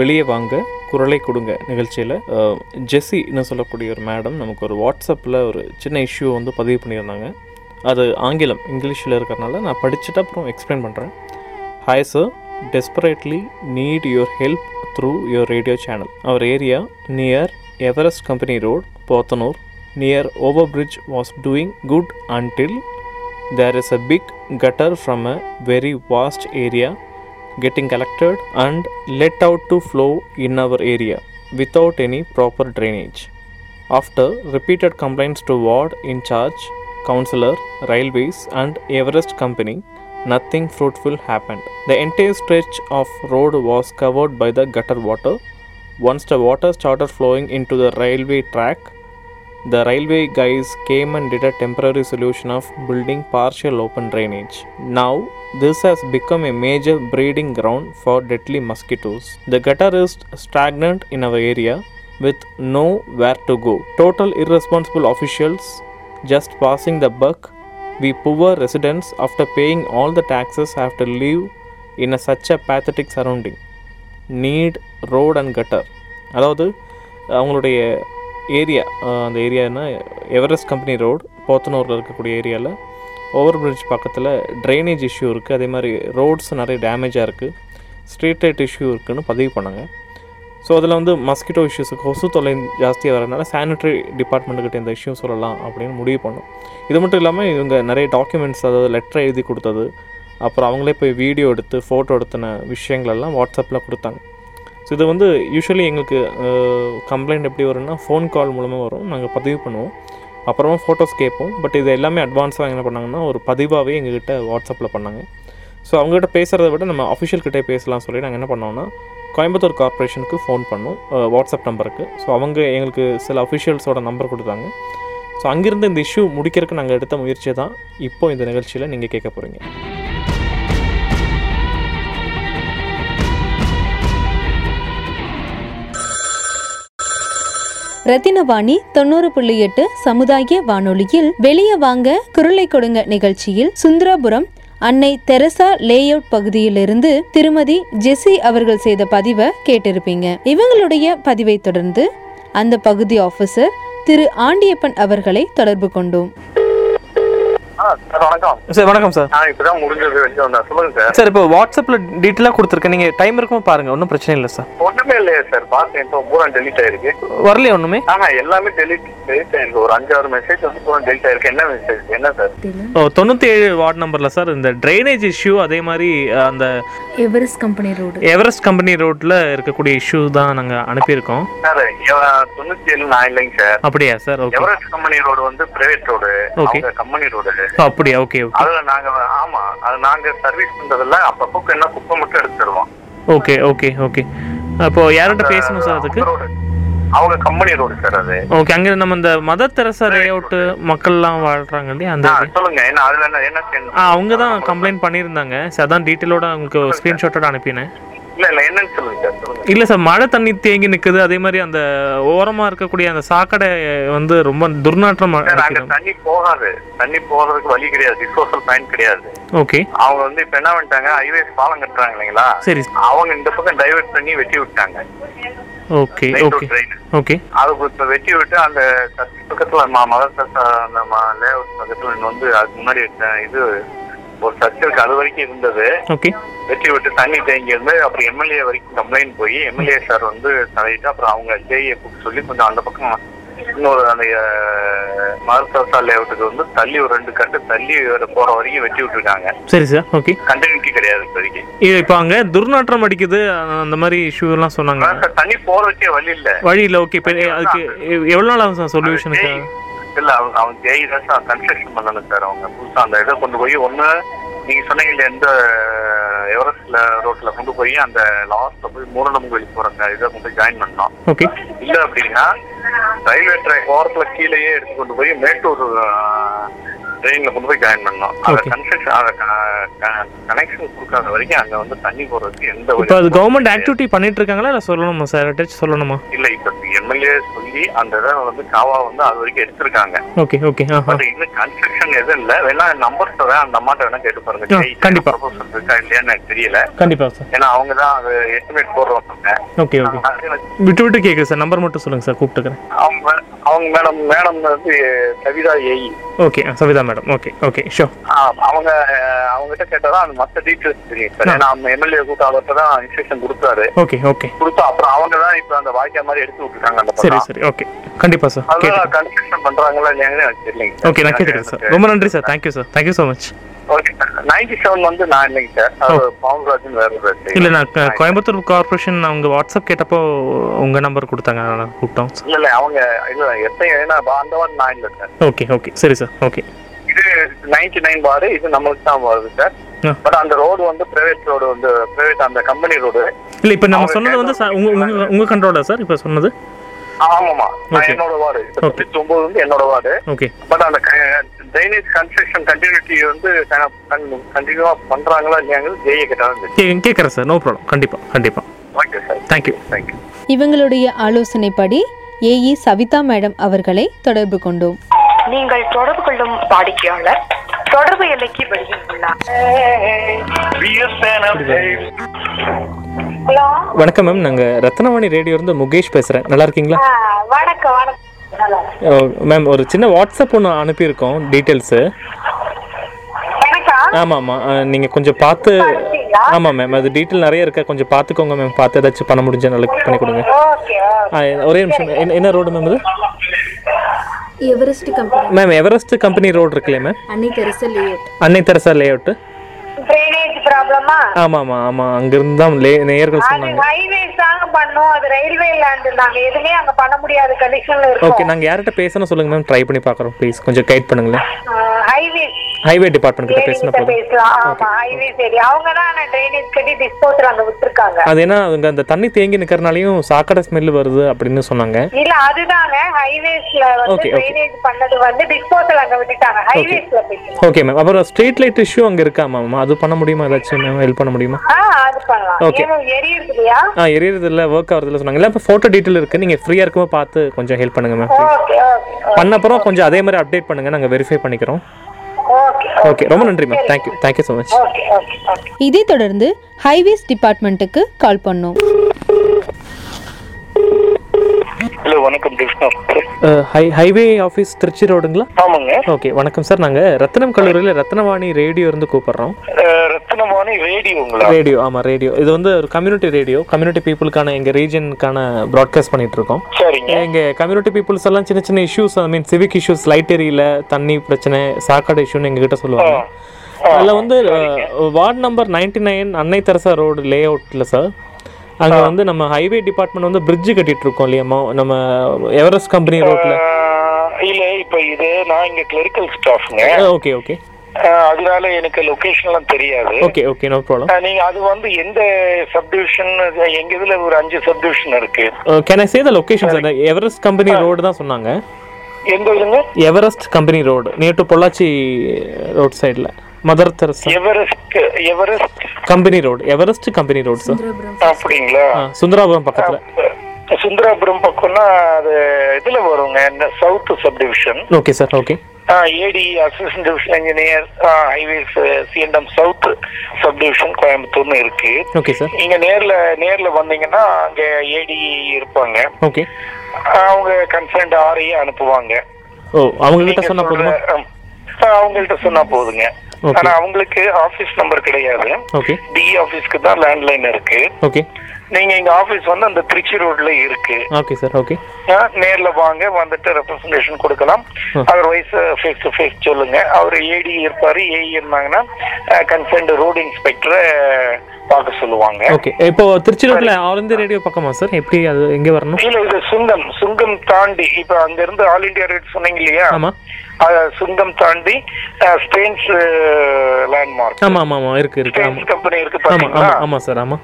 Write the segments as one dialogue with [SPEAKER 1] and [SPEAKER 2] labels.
[SPEAKER 1] வெளியே வாங்க குரலை கொடுங்க நிகழ்ச்சியில் ஜெஸ்ஸின்னு சொல்லக்கூடிய ஒரு மேடம் நமக்கு ஒரு வாட்ஸ்அப்பில் ஒரு சின்ன இஷ்யூ வந்து பதிவு பண்ணியிருந்தாங்க அது ஆங்கிலம் இங்கிலீஷில் இருக்கிறனால நான் படிச்சுட்டு அப்புறம் எக்ஸ்பிளைன் பண்ணுறேன் hi sir desperately need your help through your radio channel our area near Everest Company road Podanur near over bridge was doing good until there is a big gutter from a very vast area getting collected and let out to flow in our area without any proper drainage. After repeated complaints to ward in charge, councillor, railways, and Everest Company, nothing fruitful happened. The entire stretch of road was covered by the gutter water. Once the water started flowing into the railway track, the railway guys came and did a temporary solution of building partial open drainage. Now, this has become a major breeding ground for deadly mosquitoes. The gutter is stagnant in our area with nowhere to go. Total irresponsible officials just passing the buck. We poor residents, after paying all the taxes, have to live in a, such a pathetic surrounding. Neat road and gutter அதாவது அவங்களுடைய area அந்த ஏரியானா Everest company road போத்தனூரில் இருக்கக்கூடிய ஏரியாவில் over bridge பக்கத்தில் drainage issue இருக்குது அதே மாதிரி ரோட்ஸ் நிறைய டேமேஜாக இருக்குது ஸ்ட்ரீட் லைட் இஷ்யூ இருக்குன்னு பதிவு பண்ணாங்க ஸோ அதில் வந்து மஸ்கிட்டோ இஷ்யூஸ் கொசு தொலை ஜாஸ்தியாக வரதுனால சானிட்டரி டிபார்ட்மெண்ட்டுக்கிட்ட இந்த இஷ்யூ சொல்லலாம் அப்படின்னு முடிவு பண்ணோம் இது மட்டும் இல்லாமல் இவங்க நிறைய டாக்குமெண்ட்ஸ் அதாவது லெட்டர் எழுதி கொடுத்தது அப்புறம் அவங்களே போய் வீடியோ எடுத்து ஃபோட்டோ எடுத்தின விஷயங்களெல்லாம் வாட்ஸ்அப்பில் கொடுத்தாங்க ஸோ இது வந்து யூஸ்வலி எங்களுக்கு கம்ப்ளைண்ட் எப்படி வரும்னா ஃபோன் கால் மூலமாக வரும் நாங்கள் பதிவு பண்ணுவோம் அப்புறமா ஃபோட்டோஸ் கேட்போம் பட் இது எல்லாமே அட்வான்ஸாக என்ன பண்ணாங்கன்னா ஒரு பதிவாகவே எங்ககிட்ட வாட்ஸ்அப்பில் பண்ணாங்க ஸோ அவங்ககிட்ட பேசுகிறத விட நம்ம அஃபிஷியல் கிட்டே பேசலாம் சொல்லி நாங்கள் என்ன பண்ணோம்னா கோயம்புத்தூர் கார்ப்பரேஷனுக்கு ஃபோன் பண்ணோம் அஹ், வாட்ஸ்அப் நம்பருக்கு ஸோ அவங்க எங்களுக்கு சில அஃபிஷியல்ஸோட நம்பர் கொடுத்தாங்க ஸோ அங்கிருந்து இந்த இஷ்யூ முடிக்கிறதுக்கு நாங்கள் எடுத்த முயற்சியை தான் இப்போ இந்த நிகழ்ச்சியில் நீங்கள் கேட்க போகிறீங்க
[SPEAKER 2] ரத்தினவாணி தொண்ணூறு புள்ளி எட்டு சமுதாய வானொலியில் வெளியே வாங்க குரலை கொடுங்க நிகழ்ச்சியில் சுந்தராபுரம் அன்னை தெரசா லேஅவுட் பகுதியிலிருந்து திருமதி ஜெசி அவர்கள் செய்த பதிவை கேட்டிருப்பீங்க இவங்களுடைய பதிவை தொடர்ந்து அந்த பகுதி ஆபீசர் திரு ஆண்டியப்பன் அவர்களை தொடர்பு கொண்டோம்
[SPEAKER 3] ஆ சார் வணக்கம்
[SPEAKER 1] சார் வணக்கம் சார்
[SPEAKER 3] நான் இப்பதான் முடிஞ்சது வெளியே வந்தேன் சொல்லுங்க சார்
[SPEAKER 1] சார் இப்போ வாட்ஸ்அப்பில் டீட்டெயிலாக கொடுத்துருக்கேன் நீங்கள் டைம் இருக்கும்போது பாருங்கள் ஒன்றும் பிரச்சனை இல்லை சார்
[SPEAKER 3] ஒண்ணுமே இல்லையே சார் பார்த்தேன் இப்போ பூரா டெலிட் ஆயிருக்கு
[SPEAKER 1] வரலையே ஒன்றுமே
[SPEAKER 3] ஆனா எல்லாமே டெலிட் டெலிட் ஆயிருக்கு ஒரு அஞ்சாறு மெசேஜ் வந்து பூரா டெலிட் ஆயிருக்கு என்ன மெசேஜ் என்ன சார்
[SPEAKER 1] ஓ தொண்ணூற்றி ஏழு வார்டு நம்பரில் சார் இந்த ட்ரைனேஜ் இஷ்யூ அதே மாதிரி அஹ், அந்த
[SPEAKER 4] Everest company road
[SPEAKER 1] Everest Company ரோட்டில் இருக்கக்கூடிய இஷ்யூ தான் நாங்கள் அனுப்பியிருக்கோம்
[SPEAKER 3] சார் எவ- தொண்ணூத்தி ஏழு நான் இல்லைங்க சார்
[SPEAKER 1] அப்படியா sir okay
[SPEAKER 3] Everest company road வந்து பிரைவேட் ரோடு
[SPEAKER 1] Okay.
[SPEAKER 3] அவங்க கம்பெனி ரோடு
[SPEAKER 1] ஓ, அப்படியா ஓகே ஓகே
[SPEAKER 3] அதுல நாங்க ஆமா அது நாங்க சர்வீஸ் பண்றதுல அப்பப்போ என்ன குப்பை மட்டும் எடுத்துருவோம்
[SPEAKER 1] ஓகே ஓகே ஓகே அப்போ யார்கிட்ட பேசணும் சார் அதுக்கு
[SPEAKER 3] ரோடு அவங்க கம்பெனி ரோடு சார் அது
[SPEAKER 1] ஓகே அங்கே நம்ம இந்த மதர் தெரசா ரே அவுட்டு மக்கள்லாம் வாழ்றாங்க இல்லையா அந்த
[SPEAKER 3] ஆ, சொல்லுங்க என்ன அதுல என்ன- என்ன
[SPEAKER 1] ஆ
[SPEAKER 3] செய்யணும்?
[SPEAKER 1] அவங்க தான் கம்ப்ளைண்ட் பண்ணியிருந்தாங்க சார் அதான் டீட்டெயிலோட உங்களுக்கு ஸ்க்ரீன்ஷாட்டோட அனுப்பினேன்
[SPEAKER 3] இல்ல இல்ல என்னன்னு சொல்லுங்க சார் சொல்லுங்க
[SPEAKER 1] இல்லை சார் மழை தண்ணி தேங்கி நிற்குது அதே மாதிரி அந்த ஓரமாக இருக்கக்கூடிய அந்த சாக்கடை வந்து ரொம்ப துர்நாற்றமாக
[SPEAKER 3] சார் அங்க
[SPEAKER 1] இருக்குது
[SPEAKER 3] தண்ணி போகாது தண்ணி போறதுக்கு வழி கிடையாது டிஸ்போசல் பாயிண்ட் கிடையாது
[SPEAKER 1] ஓகே
[SPEAKER 3] அவங்க வந்து இப்ப என்ன பண்ணிட்டாங்க ஹைவேஸ் பாலம் கட்டுறாங்க இல்லைங்களா
[SPEAKER 1] சரி
[SPEAKER 3] அவங்க இந்த பக்கம் டைவர்ட் பண்ணி வெட்டி விட்டாங்க
[SPEAKER 1] okay
[SPEAKER 3] Right
[SPEAKER 1] okay
[SPEAKER 3] to drain.
[SPEAKER 1] Okay
[SPEAKER 3] அதுக்கு இப்ப வெட்டி விட்டு அந்த சர்ச் பக்கத்துல ம- மதர் சர்ச் அந்த லேஅவுட் பக்கத்துல இன்னும் வந்து அதுக்கு முன்னாடி இருந்த இது ஒரு சர்ச் இருக்கு அது வரைக்கும் இருந்தது
[SPEAKER 1] ஓகே
[SPEAKER 3] வெட்டி விட்டு தண்ணி தேங்கி இருந்து அப்புறம் எம்எல்ஏ வரைக்கும் கம்ப்ளைண்ட் போய் எம்எல்ஏ சார் வந்து தலையிட்டு அப்புறம் அவங்க ஜேஏ சொல்லி கொஞ்சம் அந்த பக்கம் இன்னொரு அந்த அஹ், மருத்துவ லேவுட்டுக்கு வந்து தள்ளி ஒரு ரெண்டு கட்டு தள்ளி ஒரு போற வரைக்கும் வெட்டி விட்டுருக்காங்க
[SPEAKER 1] சரி சார் ஓகே
[SPEAKER 3] கண்டினியூட்டி கிடையாது இப்போதைக்கு
[SPEAKER 1] இது இப்போ அங்கே துர்நாற்றம் அடிக்குது அ- அந்த மாதிரி இஷ்யூலாம் சொன்னாங்க
[SPEAKER 3] அதான் சார், தண்ணி போறதுக்கே வழி இல்ல
[SPEAKER 1] வழி இல்லை ஓகே இப்போ அதுக்கு எ- எவ்வளோ நாள் ஆகும் சார் சொல்யூஷனுக்கு
[SPEAKER 3] ஜெய் இல்ல அவங்க அவங்க ஜெய் தான் சார் கன்ஸ்ட்ரக்ஷன் பண்ணணும் சார் அவங்க புதுசா அந்த இதை கொண்டு போய் ஒண்ணு நீங்க சொன்னீங்க இல்லையா, இந்த எவரெஸ்ட்ல ரோட்ல கொண்டு போய் அந்த லாஸ்ட்ல போய் மூரணம் போற அந்த இதை கொண்டு ஜாயின் பண்ணோம்
[SPEAKER 1] ஓகே
[SPEAKER 3] இல்ல அப்படின்னா ரயில்வே ட்ராக் ஓரத்துல கீழேயே எடுத்து கொண்டு போய் மேட்டூர் ட்ரெயின்ல கொண்டு போய் ஜாயின் பண்ணோம் அத
[SPEAKER 1] Okay.
[SPEAKER 3] கன்ஸ்ட்ரக்ஷன் அத கனெக்ஷன் கொடுக்காத வரைக்கும் அங்க வந்து தண்ணி போறதுக்கு எந்த
[SPEAKER 1] இப்போ அது
[SPEAKER 3] ஒரு
[SPEAKER 1] கவர்மெண்ட் ஆக்டிவிட்டி பண்ணிட்டு இருக்காங்களா இல்லை சொல்லணுமா சார் டச் சொல்லணுமா
[SPEAKER 3] இல்ல இப்ப எம்எல்ஏ சொல்லி வாங்கி அந்த இதை வந்து காவா வந்து அது வரைக்கும் எடுத்திருக்காங்க
[SPEAKER 1] ஓகே ஓகே ஆ ஆ
[SPEAKER 3] பட் இன்னும் கன்ஸ்ட்ரக்ஷன் எதுவும் இல்ல வேணா நம்பர் சொல்றேன் அந்த அம்மாட்ட வேணா கேட்டு
[SPEAKER 1] ஆ,
[SPEAKER 3] பாருங்க
[SPEAKER 1] கண்டிப்பா.
[SPEAKER 3] ப்ரொபோசல் இருக்கா இல்லையான்னு எனக்கு தெரியல
[SPEAKER 1] கண்டிப்பாக சார்
[SPEAKER 3] ஏன்னா அவங்க தான் அது எஸ்டிமேட் போடுறவங்க
[SPEAKER 1] ஓகே ஓகே
[SPEAKER 3] அது எனக்கு
[SPEAKER 1] விட்டு விட்டு கேட்குது சார் நம்பர் மட்டும் சொல்லுங்கள் சார் கூப்பிட்டுக்கிறேன்
[SPEAKER 3] அவங்க அவங்க மேடம் மேடம் வந்து Kavitha AE
[SPEAKER 1] okay Savitha madam okay okay so
[SPEAKER 3] ஆ, அவங்க அவங்ககிட்ட கேட்டதான் அந்த மத்த டீட்டெயில்ஸ் தெரியும் சார் ஏன்னா நம்ம எம்எல்ஏ கூட்ட அவர்கிட்ட தான் இன்ஸ்ட்ரக்ஷன் கொடுத்தாரு
[SPEAKER 1] ஓகே ஓகே
[SPEAKER 3] கொடுத்தா அப்புறம் அவங்க தான் இப்ப அந்த வாய்க்கா மாதிரி எடுத்து விட்டுருக்காங்க அந்த
[SPEAKER 1] சரி
[SPEAKER 3] பக்கம்
[SPEAKER 1] சரி ஓகே கண்டிப்பாக சார்
[SPEAKER 3] அதனால
[SPEAKER 1] கேட்டுக்கிறேன்
[SPEAKER 3] கன்ஸ்ட்ரக்ஷன் பண்றாங்களா இல்லையாங்கன்னு எனக்கு தெரியலங்க
[SPEAKER 1] ஓகே நான் கேட்டுக்கிறேன் சார் ரொம்ப நன்றி sir thank you sir thank you so much
[SPEAKER 3] okay sir ninety seven வந்து நான் இல்லைங்க சார் அது பவுன்ராஜன் வேற ஒரு side.
[SPEAKER 1] இல்லை நான் க- கோயம்புத்தூர் கார்பரேஷன் அவங்க வாட்ஸ்அப் கேட்டப்போ உங்கள் நம்பர் கொடுத்தாங்க அதனால கூப்பிட்டோம் சார்
[SPEAKER 3] இல்ல இல்ல அவங்க இல்ல எத்தனை ஏன்னா அந்த வார்டு நான் இல்லை சார்
[SPEAKER 1] ஓகே ஓகே சரி சார் ஓகே
[SPEAKER 3] இது நைன்டி நைன் வார்டு இது நம்மளுக்கு தான் வருது சார்
[SPEAKER 1] ஆ.
[SPEAKER 3] பட் அந்த ரோடு வந்து பிரைவேட் ரோடு வந்து பிரைவேட் அந்த கம்பெனி ரோடு
[SPEAKER 1] இல்லை இப்போ நம்ம
[SPEAKER 3] அவங்க
[SPEAKER 1] சொன்னது வந்து சார் உங்கள் உங்கள் உங்கள் கண்ட்ரோலா சார் இப்போ சொன்னது
[SPEAKER 3] ஆமாமா நான்
[SPEAKER 1] Okay.
[SPEAKER 3] என்னோட வார்டு
[SPEAKER 1] Okay.
[SPEAKER 3] தொண்ணூத்தி ஒன்பது வந்து என்னோட வார்டு
[SPEAKER 1] ஓகே
[SPEAKER 3] பட் அந்த ட்ரைனேஜ் கன்ஸ்ட்ரக்ஷன் கண்டினியூட்டி வந்து கண்டினியூவா பண்றாங்களா இல்லையாங்கிறது ஜெய கேட்டாலும்
[SPEAKER 1] கே கேட்குறேன் சார் நோ ப்ராப்ளம் கண்டிப்பாக கண்டிப்பாக
[SPEAKER 3] ஓகே சார்
[SPEAKER 1] தேங்க்யூ
[SPEAKER 3] தேங்க்யூ
[SPEAKER 2] இவங்களுடைய ஆலோசனைப்படி ஏஇ சவிதா மேடம் அவர்களை தொடர்பு கொண்டோம்
[SPEAKER 5] நீங்கள் தொடர்பு கொள்ளும் வாடிக்கையாளர் தொடர்பு எல்லைக்கு வெளியில் உள்ளார் ஹலோ
[SPEAKER 1] வணக்கம் மேம் நாங்கள் ரத்னவாணி ரேடியோலேருந்து முகேஷ் பேசுகிறேன் நல்லா இருக்கீங்களா
[SPEAKER 5] வணக்கம் வணக்கம்
[SPEAKER 1] மேம் ஒரு சின்ன வாட்ஸ்அப் ஒன்று அனுப்பியிருக்கோம் டீட்டெயில்ஸு
[SPEAKER 5] எனக்கா
[SPEAKER 1] ஆமாம் ஆமாம் நீங்கள் கொஞ்சம் பார்த்து
[SPEAKER 5] அனுப்பிங்களா?
[SPEAKER 1] ஆமாம் மேம் அது டீட்டெயில் நிறைய இருக்கா கொஞ்சம் பார்த்துக்கோங்க மேம் பார்த்து ஏதாச்சும் பண்ண முடிஞ்ச நல்லது பண்ணி கொடுங்க
[SPEAKER 5] ஓகே
[SPEAKER 1] ஆ, ஒரே நிமிஷம் ma'am. என்ன என்ன ரோடு மேம் இது
[SPEAKER 6] Everest company
[SPEAKER 1] ma'am Everest company road இருக்குல்லையே மேம்
[SPEAKER 6] அன்னை தெரசா லேஅவுட்
[SPEAKER 1] அன்னை தெரசா லே அவுட்டு
[SPEAKER 5] ட்ரைனேஜ் ப்ராப்ளமா
[SPEAKER 1] ஆமாம் ஆமாம் ஆமாம் அங்கேருந்து தான் லே நேயர்கள்
[SPEAKER 5] அது
[SPEAKER 1] சொன்னாங்க
[SPEAKER 5] ஹைவேஸ் தாங்க பண்ணும் அது ரயில்வே லேண்ட் நாங்க எதுவுமே அங்க பண்ண முடியாத கண்டிஷன்ல
[SPEAKER 1] ஓகே
[SPEAKER 5] இருக்கோம்
[SPEAKER 1] நாங்கள் யார்கிட்ட பேசணும் சொல்லுங்கள் மேம் ட்ரை பண்ணி பார்க்குறோம் ப்ளீஸ் கொஞ்சம் கைட் பண்ணுங்களேன்
[SPEAKER 5] ஹைவேஸ்
[SPEAKER 1] ஹைவே டிபார்ட்மெண்ட் கிட்ட பேசினா
[SPEAKER 5] கிட்ட
[SPEAKER 1] போதும்
[SPEAKER 5] பேசலாம் ஆமா ஹைவேஸ் ஏரியா அவங்க தான் ஆனா ட்ரைனேஜ் கட்டி டிஸ்போசல் அங்க விட்டுருக்காங்க
[SPEAKER 1] அது ஏன்னா அவங்க அந்த தண்ணி தேங்கி நிற்கிறனாலையும் சாக்கடை ஸ்மெல் வருது அப்படின்னு சொன்னாங்க
[SPEAKER 5] இல்ல அதுதாங்க ஹைவேஸ்ல வந்து
[SPEAKER 1] Okay, okay.
[SPEAKER 5] ட்ரைனேஜ் பண்ணது வந்து டிஸ்போசல் அங்க விட்டுட்டாங்க ஹைவேஸ்ல போயிட்டு
[SPEAKER 1] ஓகே மேம் அப்புறம் ஸ்ட்ரீட் லைட் இஷ்யூ அங்கே இருக்கா மேம் அது பண்ண முடியுமா ஏதாச்சும் மேம் ஹெல்ப் பண்ண முடியுமா
[SPEAKER 5] ஆ அது பண்ணலாம்
[SPEAKER 1] Okay.
[SPEAKER 5] ஏன்னா எரியுது இல்லையா
[SPEAKER 1] ஆ எரியறது இல்லை ஒர்க் ஆகுறது இல்லை சொன்னாங்க இல்லை இப்போ ஃபோட்டோ டீட்டெயில் இருக்குது நீங்கள் ஃப்ரீயாக இருக்கும்போது பார்த்து கொஞ்சம் ஹெல்ப் பண்ணுங்கள் மேம்
[SPEAKER 5] ஓகே ஓகே
[SPEAKER 1] பண்ண அப்புறம் கொஞ்சம் அதே மாதிரி அப்டேட் பண்ணுங்கள் நாங்கள் வெரிஃபை பண்ணிக்கிறோம்
[SPEAKER 5] ஓகே
[SPEAKER 1] ஓகே ரொம்ப நன்றி ma'am thank you thank you so much
[SPEAKER 5] okay okay okay
[SPEAKER 2] இதைத் தொடர்ந்து ஹைவேஸ் டிபார்ட்மெண்ட்டுக்கு கால் பண்ணோம்
[SPEAKER 3] ஹலோ வணக்கம் டிஸ்கம்
[SPEAKER 1] ஹை ஹைவே ஆஃபீஸ் திருச்சி ரோடுங்களா
[SPEAKER 3] ஆமாங்க
[SPEAKER 1] ஓகே வணக்கம் சார் நாங்கள் ரத்னம் கல்லூரியில் ரத்னவாணி ரேடியோ இருந்து கூப்பிட்றோம்
[SPEAKER 3] அஹ், ரத்னவாணி ரேடியோங்களா
[SPEAKER 1] ரேடியோ ஆமாம் ரேடியோ இது வந்து ஒரு கம்யூனிட்டி ரேடியோ கம்யூனிட்டி பீப்புளுக்கான எங்கள் ரீஜனுக்கான ப்ராட்காஸ்ட் பண்ணிட்டு இருக்கோம்
[SPEAKER 3] சரிங்க
[SPEAKER 1] எங்கள் கம்யூனிட்டி பீப்புள்ஸ் எல்லாம் சின்ன சின்ன issues I mean civic issues light எரியல தண்ணி பிரச்சனை சாக்கடை இஷ்யூன்னு எங்ககிட்ட சொல்லுவாங்க அதில் வந்து வார்டு நம்பர் நைன்டி நைன் அன்னை தெரசா ரோடு லே அவுட்டில் சார் அங்கே வந்து நம்ம ஹைவே டிபார்ட்மெண்ட் வந்து bridge கட்டிட்டு இருக்கோம் இல்லையாமா நம்ம எவரெஸ்ட் கம்பெனி ரோட்டில்
[SPEAKER 3] அஹ், இல்ல இப்ப இது நான் இங்க கிளரிக்கல் ஸ்டாஃப்ங்க
[SPEAKER 1] ஓகே ஓகே
[SPEAKER 3] அதனால எனக்கு லொகேஷன் எல்லாம் தெரியாது
[SPEAKER 1] ஓகே ஓகே நோ ப்ராப்ளம்
[SPEAKER 3] அஹ், நீங்க அது வந்து எந்த சப்டிவிஷன் எங்க இதுல ஒரு அஞ்சு சப்டிவிஷன் இருக்கு
[SPEAKER 1] can I say the location sir Everest company road தான் சொன்னாங்க
[SPEAKER 3] எங்க இதுங்க
[SPEAKER 1] Everest company road near to Pollachi road சைடில் Mother Teresa
[SPEAKER 3] Everest Everest
[SPEAKER 1] company road Everest company road sir
[SPEAKER 3] அப்படிங்களா
[SPEAKER 1] சுந்தராபுரம் பக்கத்தில்
[SPEAKER 3] சுந்தராபுரம் பக்கம்னா அது இதுல வருங்க இந்த south subdivision
[SPEAKER 1] okay sir okay
[SPEAKER 3] AD assistant division engineer highways சிஎன்டம் சவுத் சப்டிவிஷன் கோயம்புத்தூர்னு இருக்கு
[SPEAKER 1] ஓகே சார்
[SPEAKER 3] நீங்க நேர்ல நேர்ல வந்தீங்கன்னா அங்க ஏடி இருப்பாங்க
[SPEAKER 1] ஓகே
[SPEAKER 3] ஆஹ் அவங்க கன்சர்ன்ட் ஆரையே அனுப்புவாங்க
[SPEAKER 1] ஓ அவங்க கிட்ட Oh,
[SPEAKER 3] நீங்க
[SPEAKER 1] சொன்னா
[SPEAKER 3] சொல்ற-
[SPEAKER 1] போதுமா
[SPEAKER 3] ஆம். ஆஹ் அவங்கள்ட்ட சொன்னா போதுங்க
[SPEAKER 1] Okay.
[SPEAKER 3] ஆனா அவங்களுக்கு ஆபீஸ் நம்பர் கிடையாது
[SPEAKER 1] ஓகே
[SPEAKER 3] டி ஆபீஸ்க்கு தான் லேண்ட்லைன் இருக்கு
[SPEAKER 1] ஓகே
[SPEAKER 3] நீங்க எங்க ஆபீஸ் வந்து அந்த திருச்சி ரோட்ல இருக்கு
[SPEAKER 1] ஓகே சார் ஓகே
[SPEAKER 3] ஆ, நேர்ல வாங்க வந்துட்டு ரெப்ரசன்டேஷன் கொடுக்கலாம்
[SPEAKER 1] ம்.
[SPEAKER 3] அதர்வைஸ் ஃபேஸ் டு ஃபேஸ் சொல்லுங்க அவர் ஏடி இருப்பாரு ஏஇ இருந்தாங்கன்னா கன்சர்ன்டு ரோடு இன்ஸ்பெக்டரை பார்க்க சொல்லுவாங்க
[SPEAKER 1] ஓகே இப்போ திருச்சி ரோட்ல ஆல் இந்தியா ரேடியோ பக்கமா சார் எப்படி அது எங்க வரணும்
[SPEAKER 3] இல்ல இது சுங்கம் சுங்கம் தாண்டி இப்ப அங்க இருந்து ஆல் இந்தியா ரேட் சொன்னீங்க இல்லையா
[SPEAKER 1] ஆமா
[SPEAKER 3] அது சுங்கம் தாண்டி ஸ்பெயின்ஸ் லேண்ட்மார்க்
[SPEAKER 1] ஆமா ஆமா ஆமா இருக்கு இருக்கு ஆமா
[SPEAKER 3] ஸ்பெயின்ஸ் கம்பெனி இருக்கு
[SPEAKER 1] ஆமா ஆமா
[SPEAKER 3] பாத்தீங்களா
[SPEAKER 1] ஆமா சார் ஆமா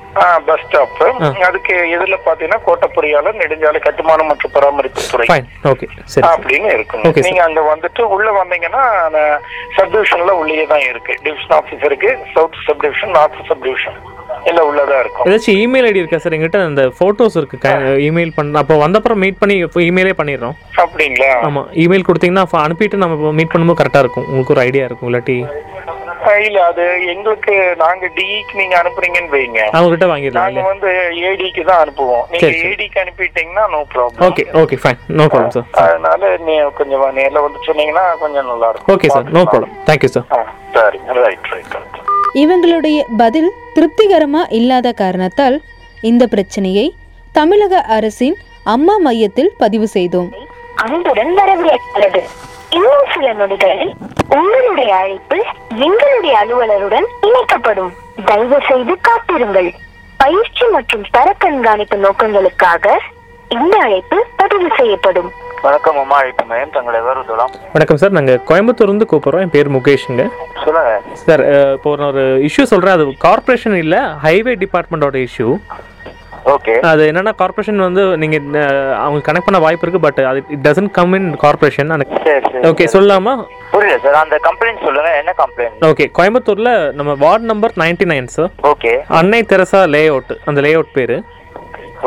[SPEAKER 3] பஸ் ஸ்டாப்
[SPEAKER 1] ஆ.
[SPEAKER 3] அதுக்கு எதுல பாத்தீங்கன்னா கோட்டை பொறியாளர் நெடுஞ்சாலை கட்டுமானம் மற்றும் பராமரிப்பு துறை
[SPEAKER 1] ஃபைன் ஓகே சரி சார்.
[SPEAKER 3] அப்படின்னு
[SPEAKER 1] Okay,
[SPEAKER 3] இருக்கும்
[SPEAKER 1] sir.
[SPEAKER 3] நீங்க அங்க வந்துட்டு உள்ள வந்தீங்கன்னா சப்டிவிஷன்ல உள்ளே தான் இருக்கு டிவிஷன் ஆபீஸ் இருக்கு சவுத் சப்டிவிஷன் நார்த் சப்டிவிஷன் இல்ல உள்ளதா இருக்கும்
[SPEAKER 1] ஏதாச்சும் இமெயில் ஐடி இருக்கா சார் எங்கிட்ட அந்த ஃபோட்டோஸ் இருக்கு இமெயில் பண்ண அப்போ வந்தப்புறம் மீட் பண்ணி இமெயிலே பண்ணிடுறோம்
[SPEAKER 3] அப்படிங்களா
[SPEAKER 1] ஆமாம் இமெயில் கொடுத்தீங்கன்னா அப்ப அனுப்பிட்டு நம்ம மீட் பண்ணும்போது கரெக்டாக இருக்கும் உங்களுக்கு ஒரு ஐடியா இருக்கும் இல்லாட்டி
[SPEAKER 3] அஹ் இல்ல அது எங்களுக்கு நாங்க டிஇக்கு நீங்க அனுப்புறீங்கன்னு வைங்க
[SPEAKER 1] அவங்ககிட்ட வாங்கிடலாம்
[SPEAKER 3] நாங்க
[SPEAKER 1] இல்லை
[SPEAKER 3] வந்து ஏடிக்கு தான் அனுப்புவோம் நீங்க
[SPEAKER 1] சரி, சரி.
[SPEAKER 3] ஏடிக்கு அனுப்பிட்டீங்கன்னா no problem
[SPEAKER 1] okay okay fine no problem sir
[SPEAKER 3] அதனால நீ கொஞ்சம் நேர்ல வந்து சொன்னீங்கன்னா கொஞ்சம் நல்லா இருக்கும்
[SPEAKER 1] okay sir no problem thank you sir
[SPEAKER 3] ஆ, சரி ரைட் ரைட் ரைட்
[SPEAKER 2] இவங்களுடைய பதில் திருப்திகரமா இல்லாத காரணத்தால் இந்த பிரச்சனையை தமிழக அரசின் அம்மா மையத்தில் பதிவு செய்தோம்
[SPEAKER 5] அன்புடன் வரவேற்கிறது இன்னும் சில நொடிகளில் உங்களுடைய அழைப்பு எங்களுடைய அலுவலருடன் இணைக்கப்படும் தயவு செய்து காத்திருங்கள் பயிற்சி மற்றும் தர கண்காணிப்பு நோக்கங்களுக்காக இந்த அழைப்பு பதிவு செய்யப்படும்
[SPEAKER 3] வணக்கம் அம்மா இப்போ மேம் தங்களை வேறு சொல்லலாம்
[SPEAKER 1] வணக்கம் சார் நாங்கள் கோயம்புத்தூர்லேருந்து கூப்பிட்றோம் என் பேர் முகேஷுங்க
[SPEAKER 3] சொல்லுங்க
[SPEAKER 1] சார் அஹ், இப்போ நான் ஒரு இஷ்யூ சொல்கிறேன் அது கார்ப்பரேஷன் இல்லை ஹைவே டிபார்ட்மெண்ட்டோட இஷ்யூ
[SPEAKER 3] ஓகே
[SPEAKER 1] அது என்னன்னா கார்ப்பரேஷன் வந்து நீங்கள் அவங்க கனெக்ட் பண்ண வாய்ப்பு இருக்குது பட் அது it doesn't come in corporation
[SPEAKER 3] சரி சரி
[SPEAKER 1] ஓகே சொல்லாமா
[SPEAKER 3] புரியல சார் அந்த கம்ப்ளைண்ட் சொல்லுங்க என்ன கம்ப்ளைண்ட்
[SPEAKER 1] ஓகே கோயம்புத்தூரில் நம்ம ward number 99 nine sir
[SPEAKER 3] okay
[SPEAKER 1] அன்னை தெரசா லே அவுட் அந்த லே அவுட் பேர்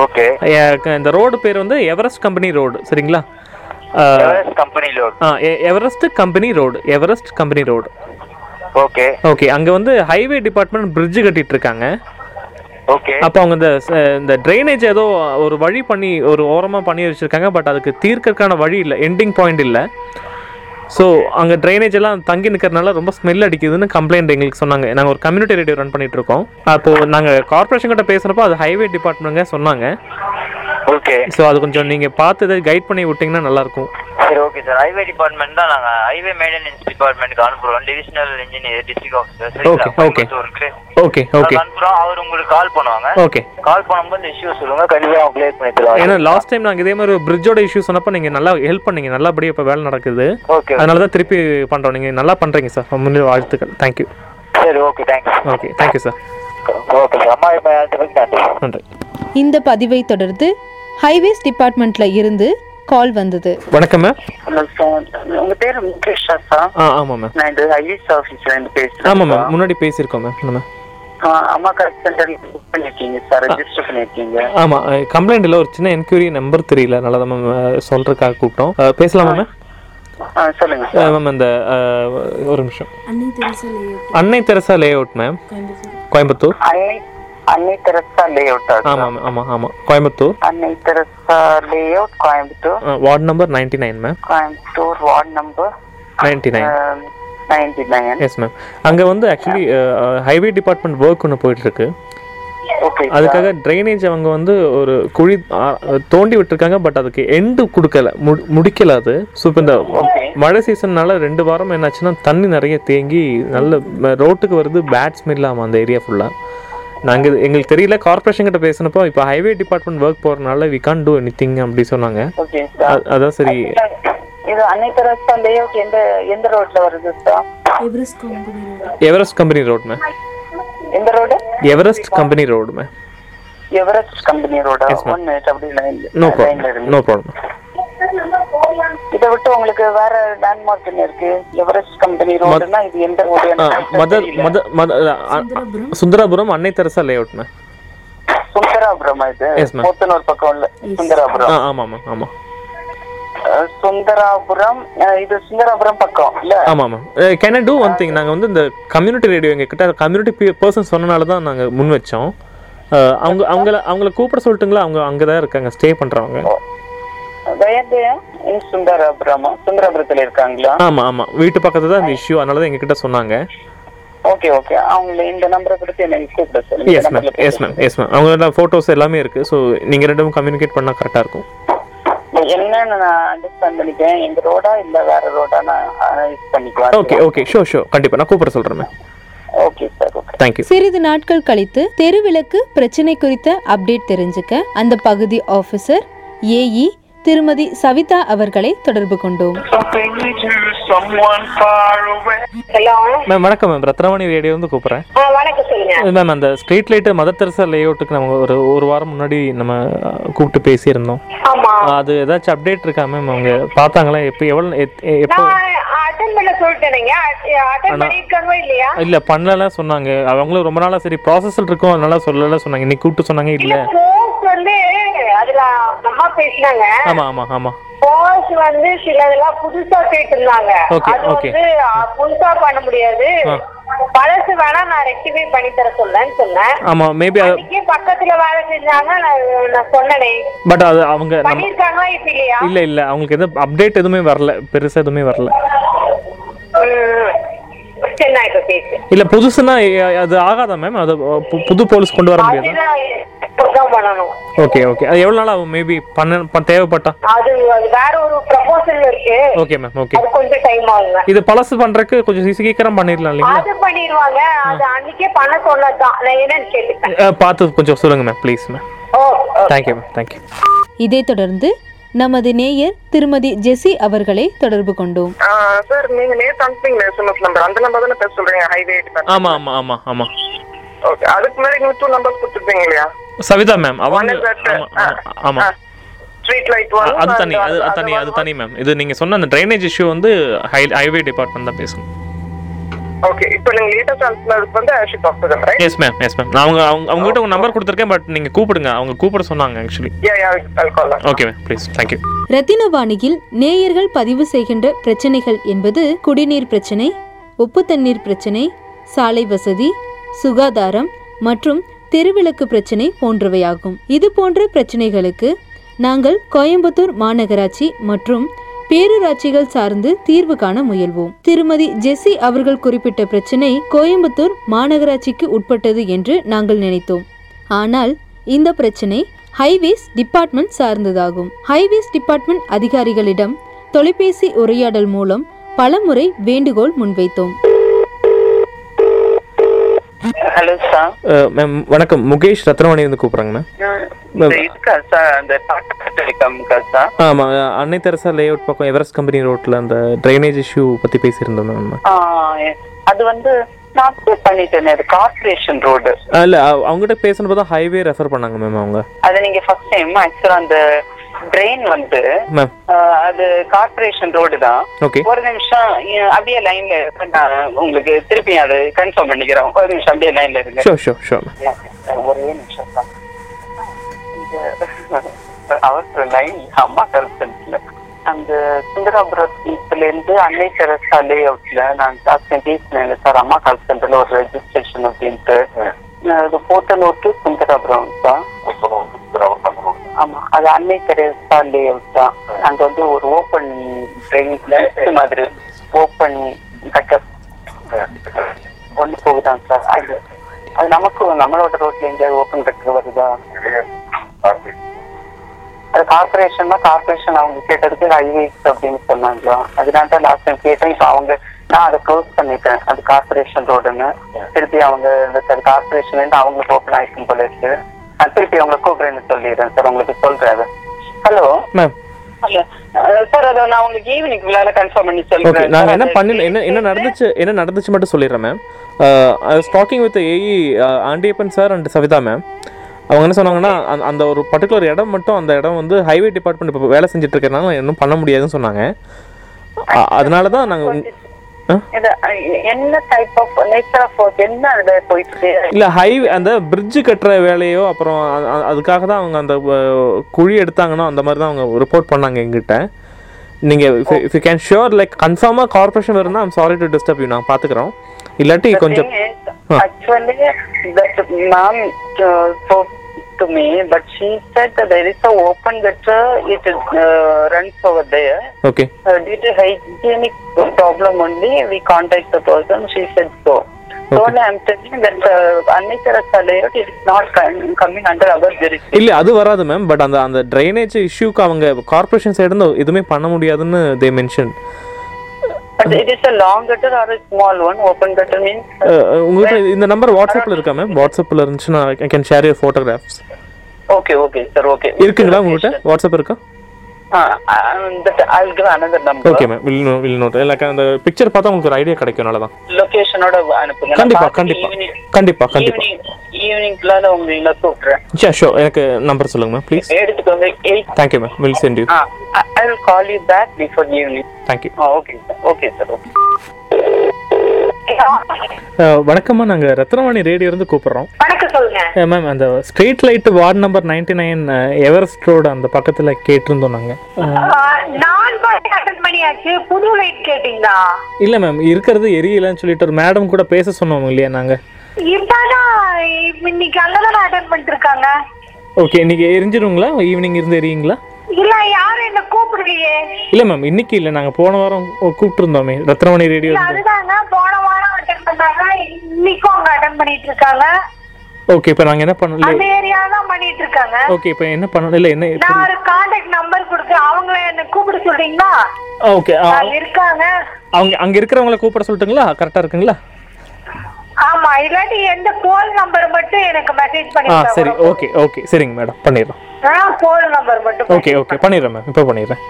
[SPEAKER 3] ஓகே
[SPEAKER 1] இந்த ரோடு பேர் வந்து எவரெஸ்ட் கம்பெனி ரோடு சரிங்களா அஹ்,
[SPEAKER 3] கம்பெனி லோட்
[SPEAKER 1] ஆ எ- Everest company road Everest company road
[SPEAKER 3] okay
[SPEAKER 1] okay அங்கே வந்து ஹைவே டிபார்ட்மெண்ட் பிரிட்ஜ் கட்டிட்டு இருக்காங்க
[SPEAKER 3] ஓகே
[SPEAKER 1] அப்போ அவங்க இந்த ச- இந்த ட்ரைனேஜ் ஏதோ ஒரு வழி பண்ணி ஒரு ஓரமாக பண்ணி வச்சுருக்காங்க பட் அதுக்கு தீர்க்கறதுக்கான வழி இல்லை எண்டிங் பாயிண்ட் இல்லை ஸோ அங்கே ட்ரைனேஜ் எல்லாம் தங்கி நிற்கிறதுனால ரொம்ப ஸ்மெல் அடிக்குதுன்னு கம்ப்ளைண்ட் எங்களுக்கு சொன்னாங்க நாங்கள் ஒரு கம்யூனிட்டி ரேடியோ ரன் பண்ணிட்டு இருக்கோம் அப்போது நாங்கள் கார்ப்பரேஷன் கிட்ட பேசுகிறப்போ அது ஹைவே டிபார்ட்மெண்ட்டுங்க சொன்னாங்க
[SPEAKER 3] ஓகே
[SPEAKER 1] ஸோ அது கொஞ்சம் நீங்கள் பார்த்து எதாவது கைட் பண்ணி விட்டிங்கன்னா நல்லாயிருக்கும்
[SPEAKER 7] சரி ஓகே சார் ஹைவே டிபார்ட்மெண்ட் தான் நாங்க ஹைவே மெயின்டெனன்ஸ் டிபார்ட்மெண்ட்க்கு அனுப்புறோம் divisional engineer district officer
[SPEAKER 1] Okay,
[SPEAKER 7] சரிங்களா
[SPEAKER 1] okay.
[SPEAKER 7] கோயம்புத்தூருக்கு
[SPEAKER 1] ஓகே ஓகே
[SPEAKER 7] நாங்க அனுப்புறோம் அவர் உங்களுக்கு கால் பண்ணுவாங்க
[SPEAKER 1] ஓகே
[SPEAKER 7] கால் பண்ணும்போது இஷ்யூ சொல்லுங்க கண்டிப்பா அவங்க கிளியர் பண்ணி தருவாங்க
[SPEAKER 1] ஏன்னா லாஸ்ட் டைம் நாங்கள் இதே மாதிரி ஒரு பிரிட்ஜோட இஷ்யூ சொன்னப்போ நீங்கள் நல்லா ஹெல்ப் பண்ணீங்க நல்லபடியாக இப்போ வேலை நடக்குது
[SPEAKER 7] ஓகே
[SPEAKER 1] அதனால தான் திருப்பி பண்ணுறோம் நீங்கள் நல்லா பண்ணுறீங்க சார் முன்னாடி வாழ்த்துக்கள் தேங்க்யூ
[SPEAKER 7] சரி okay thanks
[SPEAKER 1] okay thank you sir
[SPEAKER 7] okay sir அம்மா இப்போ நன்றி
[SPEAKER 1] நன்றி
[SPEAKER 2] இந்த பதிவை தொடர்ந்து ஹைவேஸ் டிபார்ட்மெண்ட்ல இருந்து கால் வந்தது
[SPEAKER 1] வணக்கம் மேம்
[SPEAKER 8] உங்க பேரு முகேஷா சார்
[SPEAKER 1] ஆ ஆமாம் மேம்
[SPEAKER 8] நான் இந்த ஐஎஸ் ஆபீஸ்ல இருந்து
[SPEAKER 1] ஆமாம்
[SPEAKER 8] பேசுறேன்
[SPEAKER 1] மேம் முன்னாடி பேசியிருக்கோம் மேம் நம்ம
[SPEAKER 8] ஆ, அம்மா கரெக்ட் சென்டர் புக் பண்ணிருக்கீங்க சார் ரெஜிஸ்டர் பண்ணிருக்கீங்க
[SPEAKER 1] ஆமாம் கம்ப்ளைண்ட் இல்லை ஒரு சின்ன என்கொயரி நம்பர் தெரியல நல்லா தான் மேம் சொல்கிறதுக்காக கூப்பிட்டோம் அஹ், பேசலாமா மேம்
[SPEAKER 8] ஆ, சொல்லுங்க சார்
[SPEAKER 1] மேம் அந்த அஹ், ஒரு நிமிஷம்
[SPEAKER 6] அன்னை தெரசா லேஅவுட்
[SPEAKER 1] அன்னை Teresa layout ma'am
[SPEAKER 6] Coimbatore
[SPEAKER 1] Coimbatore
[SPEAKER 8] அன்னை அன்னை தெரசா லே அவுட்
[SPEAKER 1] ஆமாம் மேம் ஆமாம் ஆமாம் கோயம்புத்தூர்
[SPEAKER 8] அன்னை Teresa layout Coimbatore
[SPEAKER 1] ward number ninety nine ma'am
[SPEAKER 8] Coimbatore ward number
[SPEAKER 1] ninety nine
[SPEAKER 8] ninety nine
[SPEAKER 1] yes ma'am அங்கே வந்து ஆக்சுவலி ஹைவே டிபார்ட்மெண்ட் ஒர்க் ஒன்று போயிட்டுருக்கு
[SPEAKER 8] ஓகே
[SPEAKER 1] அதுக்காக ட்ரைனேஜ் அவங்க வந்து ஒரு குழி ஆ, தோண்டி விட்டுருக்காங்க பட் அதுக்கு எண்டு கொடுக்கல முடி- முடிக்கல அது ஸோ இப்போ இந்த மழை சீசன்னால ரெண்டு வாரம் என்னாச்சுன்னா தண்ணி நிறைய தேங்கி நல்ல ம, ரோட்டுக்கு வருது பேட் ஸ்மெல்லாமா அந்த ஏரியா ஃபுல்லாக நாங்கள் எங்களுக்கு தெரியல கார்பரேஷன் கிட்ட பேசினப்போ இப்போ ஹைவே டிபார்ட்மெண்ட் ஒர்க் போகிறனால we can do anything அப்படி சொன்னாங்க
[SPEAKER 8] ஓகே சார்
[SPEAKER 1] அ- அதான் சரி
[SPEAKER 8] இது அன்னை தெரசா லே அவுட் எந்த எந்த ரோட்ல வருது sir
[SPEAKER 6] Everest company road
[SPEAKER 1] Everest company road ma'am
[SPEAKER 8] எந்த road
[SPEAKER 1] Everest company road ma'am
[SPEAKER 8] Everest company ரோடா
[SPEAKER 1] Yes, ma'am.
[SPEAKER 8] ஒன் மினிட் அப்படியே லைன்ல
[SPEAKER 1] நோ
[SPEAKER 8] லைன்ல
[SPEAKER 1] ப்ராப்ளம்
[SPEAKER 8] இருங்க
[SPEAKER 1] நோ ப்ராப்ளம்
[SPEAKER 8] இதை விட்டு உங்களுக்கு வேற லேண்ட்மார்க் என்ன இருக்கு எவரெஸ்ட் கம்பெனி ரோடுனா இது எந்த ரோடு எனக்கு
[SPEAKER 1] மதர்
[SPEAKER 8] தெரியல.
[SPEAKER 1] Mother mother
[SPEAKER 6] Sundarapuram.
[SPEAKER 1] சுந்தராபுரம் அன்னை Teresa layout ma'am
[SPEAKER 8] Sundarapuram இது
[SPEAKER 1] Yes, ma'am.
[SPEAKER 8] போத்தனூர் பக்கம் இல்ல
[SPEAKER 1] ஆ
[SPEAKER 8] சுந்தராபுரம்
[SPEAKER 1] ஆமாம் மேம் ஆமாம்
[SPEAKER 8] அஹ், சுந்தராபுரம் அஹ், இது சுந்தராபுரம் பக்கம் இல்ல
[SPEAKER 1] ஆமாம் ma'am can I do one thing நாங்கள் வந்து இந்த கம்யூனிட்டி ரேடியோ எங்கள் கிட்ட கம்யூனிட்டி பர்சன் சொன்னனால தான் நாங்கள் முன் வச்சோம் அஹ், அவங்க அவங்கள அவங்கள கூப்பிட சொல்லட்டுங்களா அவங்க அங்கே தான் இருக்காங்க ஸ்டே பண்ணுறவங்க
[SPEAKER 8] வயதையா இன் சுந்தராபுரம் சுந்தராபுரத்துல இருக்காங்களா
[SPEAKER 1] ஆமாம் ஆமாம் வீட்டு பக்கத்தில் தான் இந்த இஷ்யூ அதனால தான் எங்ககிட்ட சொன்னாங்க
[SPEAKER 8] ஓகே ஓகே அவங்களை இந்த நம்பரை கொடுத்து என்னை கூப்பிட சொல்லுங்க
[SPEAKER 1] எஸ்
[SPEAKER 8] இந்த
[SPEAKER 1] மேம்
[SPEAKER 8] numberல கூப்பிட
[SPEAKER 1] எஸ் மேம் எஸ் மேம் அவங்களோட ஃபோட்டோஸ் எல்லாமே இருக்குது ஸோ நீங்கள் ரெண்டும் கம்யூனிகேட் பண்ணால் கரெக்டாக இருக்கும்
[SPEAKER 8] சொல்லுங்க. என்னன்னு நான் அண்டர்ஸ்டாண்ட் பண்ணிக்கிறேன் எங்க ரோடா இல்ல வேற ரோடா நான் யூஸ் பண்ணிக்குவேன்
[SPEAKER 1] ஓகே ஓகே ஷோ ஷோ கண்டிப்பாக நான் கூப்பிட சொல்கிறேன் ma'am
[SPEAKER 8] okay sir okay
[SPEAKER 1] thank you
[SPEAKER 2] சிறிது நாட்கள் கழித்து தெருவிளக்கு பிரச்சனை குறித்த அப்டேட் தெரிஞ்சுக்க அந்த பகுதி ஆபீசர் ஏஇ திருமதி சவிதா அவர்களை தொடர்பு கொண்டோம்
[SPEAKER 3] Something to someone far away.
[SPEAKER 5] Hello
[SPEAKER 1] ma'am வணக்கம் மேம் ரத்னவாணி ரேடியோ வந்து கூப்பிட்றேன்
[SPEAKER 5] வணக்கம் சொல்லுங்க
[SPEAKER 1] மேம் அந்த ஸ்ட்ரீட் லைட்டு மதர் தெரசா லே அவுட்டுக்கு நம்ம ஒரு ஒரு வாரம் முன்னாடி நம்ம அஹ், கூப்பிட்டு பேசியிருந்தோம்
[SPEAKER 5] ஆமா
[SPEAKER 1] அது ஏதாச்சும் அப்டேட் இருக்கா மேம் அவங்க பார்த்தாங்களா எப்போ எவ்வளோ எப்போ
[SPEAKER 5] நான் அதை
[SPEAKER 9] அட்டன் பண்ண சொல்லிட்டேனுங்க அட்டன்
[SPEAKER 1] ஆனா-
[SPEAKER 9] பண்ணிருக்காங்களோ இல்லையா
[SPEAKER 1] இல்ல பண்ணல சொன்னாங்க அவங்களும் ரொம்ப நாளா சரி ப்ராசஸ்ல இருக்கும் அதனால சொல்லல சொன்னாங்க இன்னைக்கு கூப்பிட்டு சொன்னாங்க இல்ல
[SPEAKER 9] இல்ல போஸ் வந்து அதுல அம்மா பேசினாங்க
[SPEAKER 1] ஆமா ஆமா ஆமா
[SPEAKER 9] போஸ் வந்து சில இதெல்லாம் புதுசா கேட்டிருந்தாங்க
[SPEAKER 1] Okay,
[SPEAKER 9] அது
[SPEAKER 1] okay.
[SPEAKER 9] வந்து ஆ, புதுசா பண்ண முடியாது
[SPEAKER 1] ஆ.
[SPEAKER 9] பழசு வேணா நான் ரெக்டிஃபை பண்ணி தர சொல்றேன்னு சொன்னேன்
[SPEAKER 1] ஆமா மேபி
[SPEAKER 9] அன்னைக்கே பக்கத்துல வேலை செஞ்சாங்க நான் நான் சொன்னனே
[SPEAKER 1] பட் அது அவங்க நம்ம
[SPEAKER 9] பண்ணிருக்காங்களா இப்ப இல்லையா
[SPEAKER 1] இல்ல இல்ல அவங்களுக்கு எதுவும் அப்டேட் எதுவுமே வரல பெருசா எதுவுமே வரல
[SPEAKER 9] ம். சரி நான் இப்ப பேசு
[SPEAKER 1] இல்ல புதுசுனா எ- அது ஆகாதா மேம் அது பு- புது போலீஸ் கொண்டு வர முடியாது
[SPEAKER 9] அதுதான் இப்பதான் பண்ணணும்
[SPEAKER 1] ஓகே ஓகே அது எவ்வளவு நாள் ஆகும் மேபி பண்ண ப- தேவைப்பட்டா
[SPEAKER 9] அது அது வேற ஒரு ப்ரொபோசல் இருக்கு
[SPEAKER 1] ஓகே மேம் ஓகே
[SPEAKER 9] அது கொஞ்சம் டைம் ஆகுங்க
[SPEAKER 1] இது பழசு பண்றதுக்கு கொஞ்சம் சீ- சீக்கிரம் பண்ணிடலாம் இல்லைங்களா
[SPEAKER 9] அது பண்ணிடுவாங்க அது அன்னைக்கே பண்ண சொன்னதுதான் நான் என்னன்னு கேட்டுப்பேன்
[SPEAKER 1] அஹ், பார்த்து கொஞ்சம் சொல்லுங்க ma'am please ma'am
[SPEAKER 9] okay okay.
[SPEAKER 1] Thank you ma'am thank you
[SPEAKER 2] இதைத் தொடர்ந்து நமது நேயர் திருமதி ஜெசி அவர்களை தொடர்பு கொண்டோம்
[SPEAKER 8] சார் நீங்க நேத்து அனுப்பிங்களே எஸ்எம்எஸ் நம்பர் அந்த நம்பர் தானே பேச சொல்றீங்க ஹைவே
[SPEAKER 1] ஆமா ஆமா ஆமா ஆமா
[SPEAKER 8] ஓகே அதுக்கு முன்னாடி நீங்க டூ நம்பர்ஸ் கொடுத்துருப்பீங்க இல்லையா
[SPEAKER 1] சவிதா மேம் அவங்க
[SPEAKER 8] One is at-
[SPEAKER 1] ஆமா, ஆமா, ஆமா
[SPEAKER 8] ஸ்ட்ரீட் லைட்
[SPEAKER 1] அ-
[SPEAKER 8] ஒன்
[SPEAKER 1] அது தனி அது அது தனி அது தனி மேம் இது நீங்க சொன்ன அந்த ட்ரைனேஜ் இஷ்யூ வந்து ஹை ஹைவே டிபார்ட்மெண்ட் தான் பேசும்
[SPEAKER 8] ஓகே இப்போ நீங்க லேட்டஸ்ட் அனுப்பினதுக்கு வந்து ஆஷிக் after right
[SPEAKER 1] yes ma'am yes ma'am நான் அவங்க அவங்க அவங்ககிட்ட உங்க நம்பர் கொடுத்துருக்கேன் பட் நீங்க கூப்பிடுங்க அவங்க கூப்பிட சொன்னாங்க actually
[SPEAKER 8] yeah yeah I'll call
[SPEAKER 1] okay ma'am please thank you
[SPEAKER 2] ரத்தினவாணியில் நேயர்கள் பதிவு செய்கின்ற பிரச்சனைகள் என்பது குடிநீர் பிரச்சனை உப்பு தண்ணீர் பிரச்சனை சாலை வசதி சுகாதாரம் மற்றும் தெருவிளக்கு பிரச்சனை போன்றவையாகும் இது போன்ற பிரச்சனைகளுக்கு நாங்கள் கோயம்புத்தூர் மாநகராட்சி மற்றும் பேரூராட்சிகள் சார்ந்து தீர்வு காண முயல்வோம் திருமதி ஜெசி அவர்கள் குறிப்பிட்ட பிரச்சனை கோயம்புத்தூர் மாநகராட்சிக்கு உட்பட்டது என்று நாங்கள் நினைத்தோம் ஆனால் இந்த பிரச்சனை ஹைவேஸ் டிபார்ட்மெண்ட் சார்ந்ததாகும் ஹைவேஸ் டிபார்ட்மெண்ட் அதிகாரிகளிடம் தொலைபேசி உரையாடல் மூலம் பலமுறை வேண்டுகோள் முன்வைத்தோம்
[SPEAKER 8] ஹலோ சார்
[SPEAKER 1] மேம் வணக்கம் முகேஷ் ரத்னவாணி இருந்து கூப்பிட்றாங்க மேம்
[SPEAKER 8] இருக்கா சார் அந்த டாடா டெலிகாம்க்கா சார்
[SPEAKER 1] ஆமா அன்னை தெரசா லே அவுட் பக்கம் எவரெஸ்ட் கம்பெனி ரோட்ல அந்த ட்ரைனேஜ் இஷ்யூ பத்தி பேசியிருந்தோம் மேம்
[SPEAKER 8] அது வந்து நான் பே பண்ணிட்டேன் அது கார்ப்பரேஷன் ரோடு
[SPEAKER 1] இல்ல அவ- அவங்ககிட்ட பேசுனப்போ தான் ஹைவே ரெஃபர் பண்ணாங்க மேம் அவங்க
[SPEAKER 8] அது நீங்க ஃபர்ஸ்ட் டைம் ஆக்சுவலா அந்த ட்ரெயின் வந்து
[SPEAKER 1] மேம்
[SPEAKER 8] ஆஹ், அது கார்ப்பரேஷன் ரோடு தான்
[SPEAKER 1] ஓகே
[SPEAKER 8] ஒரு நிமிஷம் இ- அப்படியே லைன்ல நான் உங்களுக்கு திருப்பி அது கன்ஃபார்ம் பண்ணிக்கிறேன் ஒரு நிமிஷம் அப்படியே லைன்ல இருங்க
[SPEAKER 1] ஷோர் ஷோர் ஷோர் மேம்
[SPEAKER 8] ஒரே நிமிஷம் தான் அவர் லைன் அம்மா கருத்துல அந்த சுந்தராபுரத்துல இருந்து அன்னை தெரசா லே அவுட்ல நான் டாக்டர் பேசினேன் சார் அம்மா கால் சென்டர்ல ஒரு ரெஜிஸ்ட்ரேஷன் அப்படின்ட்டு அஹ் அது போத்தனூர் டு சுந்தராபுரம் தான் ஆமா அது அன்னை தெரசா லே அவுட் தான் அங்க வந்து ஒரு ஓப்பன் ட்ரெயின் மாதிரி ஓப்பன் கட்டப் ஒண்ணு போகுதான் சார் அது அது நமக்கு நம்மளோட ரோட்ல எங்கேயாவது ஓப்பன் கட்டு வருதா அது கார்பரேஷன் தான் கார்பரேஷன் அவங்க கேட்டதுக்கு ஹைவேஸ் அப்படின்னு சொன்னாங்களா அதனால தான் லாஸ்ட் டைம் கேட்டேன் இப்போ அவங்க நான் அதை க்ளோஸ் பண்ணிட்டேன் அது கார்பரேஷன் ரோடுன்னு திருப்பி அவங்க கார்பரேஷன்ல இருந்து அவங்களுக்கு ஓப்பன் ஆயிருக்கும் போல இருக்கு நான் திருப்பி அவங்க கூப்பிடுறேன்னு சொல்லிடுறேன் சார் உங்களுக்கு சொல்றேன் அதை ஹலோ
[SPEAKER 1] மேம்
[SPEAKER 8] சார் அதை நான் உங்களுக்கு ஈவினிங் விழால கன்ஃபார்ம் பண்ணி
[SPEAKER 1] ஓகே
[SPEAKER 8] சொல்றேன்
[SPEAKER 1] நாங்கள்
[SPEAKER 8] sir.
[SPEAKER 1] என்ன
[SPEAKER 8] அது
[SPEAKER 1] பண்ணல என்ன என்ன நடந்துச்சு என்ன நடந்துச்சு மட்டும் சொல்லிடுறேன் ma'am I was talking with AE E, Andiappan sir and Savitha ma'am அவங்க என்ன சொன்னாங்கன்னா அந்த- அந்த ஒரு பர்டிகுலர் இடம் மட்டும் அந்த இடம் வந்து ஹைவே டிபார்ட்மெண்ட் இப்போ வேலை செஞ்சுட்டு இருக்கிறனால இன்னும் பண்ண முடியாதுன்னு சொன்னாங்க அ- அதனால தான் நாங்கள்
[SPEAKER 8] இது, அஹ், என்ன type of nature of work என்ன அதுல போயிட்டு இருக்கு?
[SPEAKER 1] இல்லை ஹைவே அந்த bridge கட்டுற வேலையோ அப்புறம் அ- அ- அதுக்காக தான் அவங்க அந்த அஹ், குழி எடுத்தாங்கன்னா அந்த மாதிரி தான் அவங்க ரிப்போர்ட் பண்ணாங்க எங்கிட்ட நீங்கள் if you can sure like கன்ஃபார்மாக கார்பரேஷன் வருதுன்னா I'm sorry to disturb you நாங்கள் பார்த்துக்குறோம் இல்லாட்டி கொஞ்சம் Huh.
[SPEAKER 8] Actually, that ma'am uh, spoke to me, but she said that there is a open gutter. It uh, runs over there.
[SPEAKER 1] Okay
[SPEAKER 8] Uh, due to hygienic problem only, we contact the person. She said so. So
[SPEAKER 1] Okay.
[SPEAKER 8] I am telling that uh, unnecessary layout is not com- coming under our jurisdiction.
[SPEAKER 1] இல்ல அது வராது ma'am but அந்த அந்த drainage இஷ்யூக்கு அவங்க corporation side இருந்து எதுவுமே பண்ண முடியாதுன்னு they mention
[SPEAKER 8] But it is a long gutter or a small one. Open gutter means.
[SPEAKER 1] Uh, உங்கள்கிட்ட இந்த நம்பர் வாட்ஸ்அப்பில் இருக்கா மேம் வாட்ஸ்அப்பில் இருந்துச்சுன்னா I can share your photographs
[SPEAKER 8] Okay, Uh, okay, sir. Okay.
[SPEAKER 1] இருக்குங்களா உங்கள்கிட்ட வாட்ஸ்அப் இருக்கா
[SPEAKER 8] that I give another
[SPEAKER 1] okay
[SPEAKER 8] number
[SPEAKER 1] ma'am will no will note இல்லை அந்த பிக்சர் பார்த்தா உங்களுக்கு ஒரு ஐடியா கிடைக்கும்னால தான்
[SPEAKER 8] லொகேஷனோட அனுப்புங்க நான்
[SPEAKER 1] கண்டிப்பா
[SPEAKER 8] பார்த்து
[SPEAKER 1] கண்டிப்பா
[SPEAKER 8] evening-
[SPEAKER 1] கண்டிப்பா கண்டிப்பா
[SPEAKER 8] ஈவினிங் ஈவினிங்க்குள்ளால உங்களை நான் கூப்பிடுறேன்
[SPEAKER 1] ஷியா ஷோ எனக்கு நம்பர் சொல்லுங்க மேம் ப்ளீஸ்
[SPEAKER 8] எடுத்துக்கோங்க eight
[SPEAKER 1] thank you ma'am will send you
[SPEAKER 8] I will call you back before evening
[SPEAKER 1] thank you
[SPEAKER 8] okay sir okay sir okay
[SPEAKER 1] வணக்கம்மா நாங்கள் ரத்னவாணி ரேடியோலேருந்து கூப்பிட்றோம்
[SPEAKER 9] வணக்கம் சொல்லுங்க
[SPEAKER 1] மேம் அந்த street light ward number ninety nine Everest road அந்த பக்கத்தில் கேட்டிருந்தோம் நாங்கள்
[SPEAKER 9] ஆஹ், நான் பாட்டு அட்டன் பண்ணியாச்சு புது லைட் கேட்டீங்களா
[SPEAKER 1] இல்லை மேம் இருக்கிறது எரியலன்னு சொல்லிட்டு ஒரு மேடம் கூட பேச சொன்னோம் இல்லையா நாங்கள்
[SPEAKER 9] இப்பதான் இப்ப இன்னைக்கு அங்கதான் அட்டன் பண்ணிட்டு இருக்காங்க
[SPEAKER 1] ஓகே இன்னைக்கு எரிஞ்சிருங்களா ஈவினிங் இருந்து எரியுங்களா
[SPEAKER 9] இல்ல யாரும் என்ன கூப்பிடுறீங்க
[SPEAKER 1] இல்லை மேம் இன்னைக்கு இல்லை நாங்கள் போன வாரம் கூ- கூப்பிட்டிருந்தோமே ரத்னமணி ரேடியோ
[SPEAKER 9] அதுதாங்க போன வாரம் அட்டன் பண்ணாங்க இன்னைக்கும் அவங்க அட்டன் பண்ணிட்டு இருக்காங்க
[SPEAKER 1] ஓகே இப்போ நாங்கள் என்ன பண்ணல
[SPEAKER 9] அந்த ஏரியா தான் பண்ணிட்டு இருக்காங்க
[SPEAKER 1] ஓகே இப்போ என்ன பண்ணல இல்லை என்ன
[SPEAKER 9] நான் ஒரு கான்டாக்ட் நம்பர் கொடுக்குறேன் அவங்கள என்ன கூப்பிட சொல்றீங்களா
[SPEAKER 1] ஓகே
[SPEAKER 9] அவங்க இருக்காங்க
[SPEAKER 1] அவங்க அங்கே இருக்கிறவங்கள கூப்பிட சொல்லட்டுங்களா கரெக்டாக இருக்குங்களா
[SPEAKER 9] ஆமா இல்லாட்டி எந்த போல் நம்பர் மட்டும் எனக்கு மெசேஜ்
[SPEAKER 1] ஆ
[SPEAKER 9] பண்ணி
[SPEAKER 1] சரி ஓகே ஓகே சரிங்க மேடம் பண்ணிடுறோம்
[SPEAKER 9] போல் நம்பர் மட்டும்
[SPEAKER 1] ஓகே ஓகே பண்ணிடுறேன் மேம் இப்போ பண்ணிடுறேன்